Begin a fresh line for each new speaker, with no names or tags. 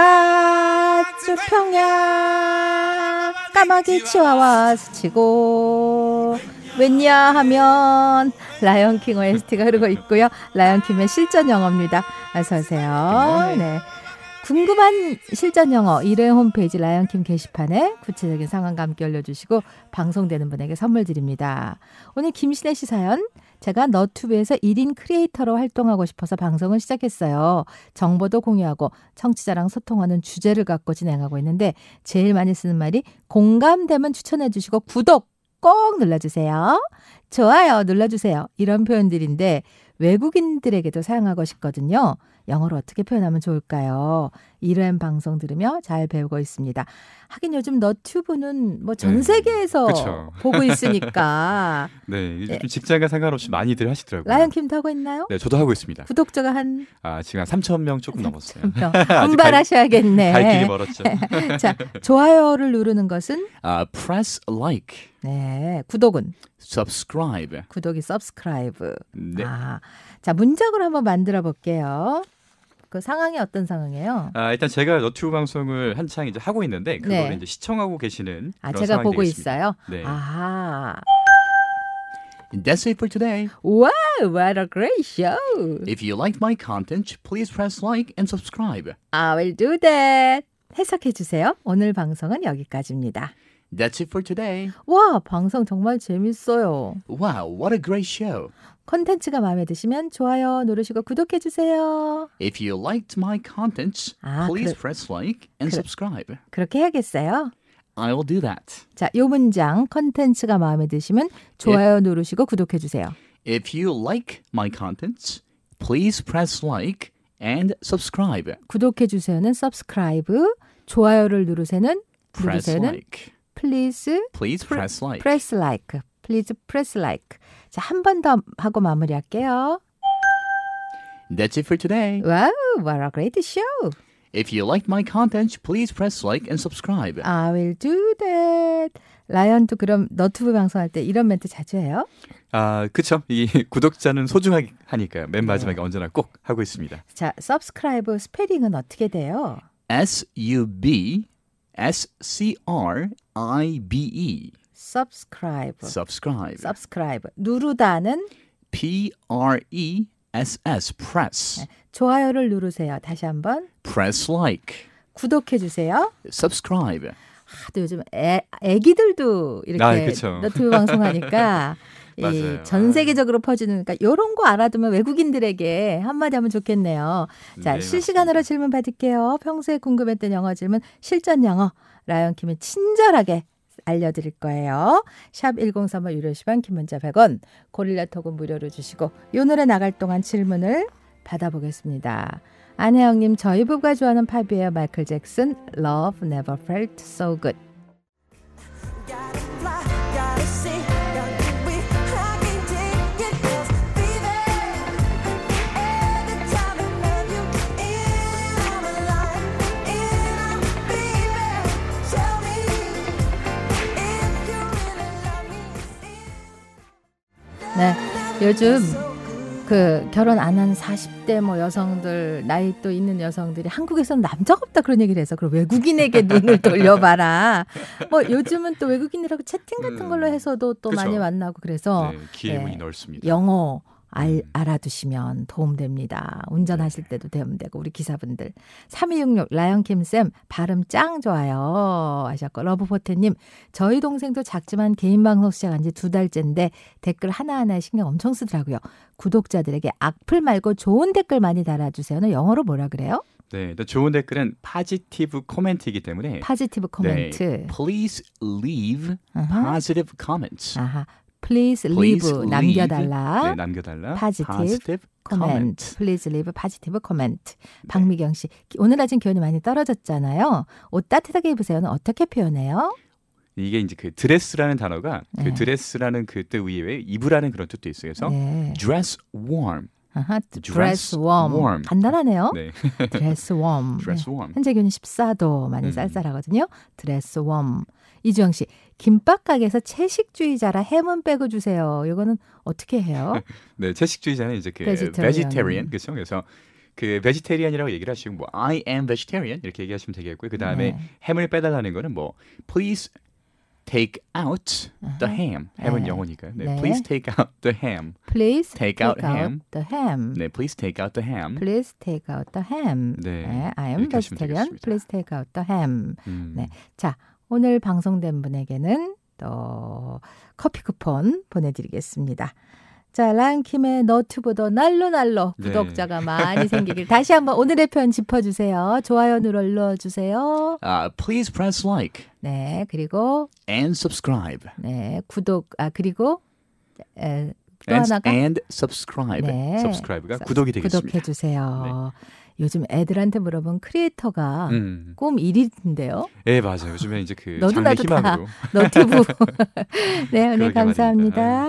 나주 평야 까마귀 치와와 스치고 웬냐 하면 라이언킹 OST가 흐르고 있고요. 라이언킹의 실전 영어입니다. 어서 오세요. 네. 궁금한 실전 영어 1회 홈페이지 라이언킴 게시판에 구체적인 상황과 함께 올려주시고 방송되는 분에게 선물 드립니다. 오늘 김신혜 씨 사연 제가 너튜브에서 1인 크리에이터로 활동하고 싶어서 방송을 시작했어요. 정보도 공유하고 청취자랑 소통하는 주제를 갖고 진행하고 있는데 제일 많이 쓰는 말이 공감되면 추천해 주시고 구독 꼭 눌러주세요. 좋아요 눌러주세요. 이런 표현들인데 외국인들에게도 사용하고 싶거든요. 영어로 어떻게 표현하면 좋을까요? 이런 방송 들으며 잘 배우고 있습니다. 하긴 요즘 너튜브는 뭐 전
네.
세계에서
그쵸.
보고 있으니까
네, 요즘
네.
직장과 상관없이 많이들 하시더라고요.
라이언 킴도 하고 있나요?
네, 저도 하고 있습니다.
구독자가 한
아, 지금 한 3천 명 조금 넘었어요.
명.
갈- 갈 길이
분발하셔야겠네.
멀었죠.
자, 좋아요를 누르는 것은
Uh, press like,
네, 구독은
subscribe.
구독이 subscribe.
네.
아, 자 문장을 한번 만들어 볼게요. 그 상황이 어떤 상황이에요?
아, 일단 제가 너튜브 방송을 한창 이제 하고 있는데 그걸
네.
이제 시청하고 계시는
아,
그런
제가
상황이
보고
되겠습니다.
있어요.
네.
아,
That's it for today.
wow, what a great show!
If you liked my content, please press like and subscribe.
I will do that. 해석해 주세요. 오늘 방송은 여기까지입니다.
That's it for today.
와, 방송 정말 재밌어요.
Wow, what a great show.
컨텐츠가 마음에 드시면 좋아요 누르시고 구독해 주세요.
If you liked my content,
Ah,
please
그래-
press like and
그래-
subscribe.
그렇게 해야겠어요.
I will do that.
자, 요 문장 컨텐츠가 마음에 드시면
네.
좋아요 누르시고 구독해 주세요.
If you like my content, please press like and subscribe.
구독해 주세요는 subscribe, 좋아요를 누르세는
Press
누르세요는
like.
please
Please
Pre-
press like.
press like, please press like. 자, 한 번 더 하고 마무리할게요.
That's it for today.
와우, what a great show.
If you liked my content, please press like and subscribe.
I will do that. 라이언도 그럼 너튜브 방송할 때 이런 멘트 자주 해요?
아, 그쵸. 이 구독자는 소중하게 하니까요. 맨 마지막에 언제나 꼭 하고 있습니다.
자, subscribe 스페링은 어떻게 돼요?
S U B S C R I B E.
subscribe,
Subscribe.
subscribe. 누르다는
P R E S S. Press.
좋아요를 누르세요. 다시 한번
Press like.
구독해 주세요.
Subscribe.
하도 요즘 애, 애기들도 이렇게
아, 그쵸.
너튜브 방송하니까 이
맞아요.
전 세계적으로 퍼지는 그러니까 이런 거 알아두면 외국인들에게 한마디 하면 좋겠네요. 자
네,
실시간으로 질문 받을게요. 평소에 궁금했던 영어 질문 실전 영어 라이언 킴이 친절하게 알려드릴 거예요. 샵 1035 유료 시반 김문자 100원 고릴라 톡은 무료로 주시고 요 노래 나갈 동안 질문을 받아보겠습니다. 안혜영님 저희 부부가 좋아하는 팝이에요. 마이클 잭슨 Love Never Felt So Good
Gotta fly, gotta see, gotta be hacking, taking pills, fever. Every time I have you in, I'm alive, in a fever. Tell me if you really love
네,
me.
요즘
So good.
그 결혼 안 한 40대 뭐 여성들 나이 또 있는 여성들이 한국에서는 남자가 없다 그런 얘기를 해서 그럼 외국인에게 눈을 돌려봐라. 뭐 요즘은 또 외국인이라고 채팅 같은 걸로
음,
해서도 또
그쵸.
많이 만나고 그래서
네, 기회
네.
문이 넓습니다.
영어
음. 네.
알, 알아두시면 도움됩니다. 운전하실 때도 도움되고 우리 기사분들. 3266 라이언킴쌤 발음 짱 좋아요 하셨고 러브포트님 저희 동생도 작지만 개인방송 시작한 지 두 달째인데 댓글 하나하나에 신경 엄청 쓰더라고요. 구독자들에게 악플 말고 좋은 댓글 많이 달아주세요는 영어로 뭐라 그래요?
네, 일단 좋은 댓글은 파지티브 코멘트이기 때문에
파지티브 코멘트.
네.
Please leave
아하.
positive comments.
아하. Please leave
Please leave.
남겨달라.
네, 남겨달라.
파지티브
Positive
코멘트.
comment.
플리즈 리브 파지티브 코멘트.
네.
박미경 씨. 기- 오늘 아침 기온이 많이 떨어졌잖아요. 옷 따뜻하게 입으세요는 어떻게 표현해요?
이게 이제 그 드레스라는 단어가
네.
그 드레스라는 그 뜻 외에 입으라는 그런 뜻도 있어요. 그래서
네.
Dress warm.
아하,
dress
드레스 웜.
warm.
간단하네요.
네.
드레스 웜.
Dress warm.
현재 기온이 14도 많이
음.
쌀쌀하거든요. 드레스 웜. 이주영 씨. 김밥 가게에서 채식주의자라 햄은 빼고 주세요. 이거는 어떻게 해요?
네, 채식주의자는 이제 그
Vegetarian.
vegetarian 그렇죠. 그래서 그 베지테리안이라고 얘기를 하시고 뭐 I am vegetarian 이렇게 얘기하시면 되겠고요. 그 다음에
네.
햄을 빼달라는 거는 뭐 please take out the ham. 햄은
네.
영어니까요. 네,
네.
please take out the ham.
Please
Take
take,
out
out,
ham.
the ham.
네, please take out the ham.
Please take out the ham.
네,
I am
이렇게 하시면
vegetarian.
되겠습니다.
Please take out the ham.
음,
네. 자, 오늘 방송된 분에게는 또 커피 쿠폰 보내드리겠습니다. 자, 라인킴의 너튜브도 날로 날로
네.
구독자가 많이 생기길 다시 한번 오늘의 편 짚어주세요. 좋아요 눌러주세요.
Uh,
아,
please press like
네, 그리고
and subscribe.
네 구독 아 그리고 에, 또
And,
하나가
and subscribe.
네.
subscribe가 아, 구독이 되겠습니다. 네.
구독해 주세요. 요즘 애들한테 물어본 크리에이터가
음,
꿈 1위인데요.
예 맞아요. 요즘에 이제 그
너도
장래
나도 다
희망으로
너튜브. 네, 오늘
그러게 말입니다.
감사합니다.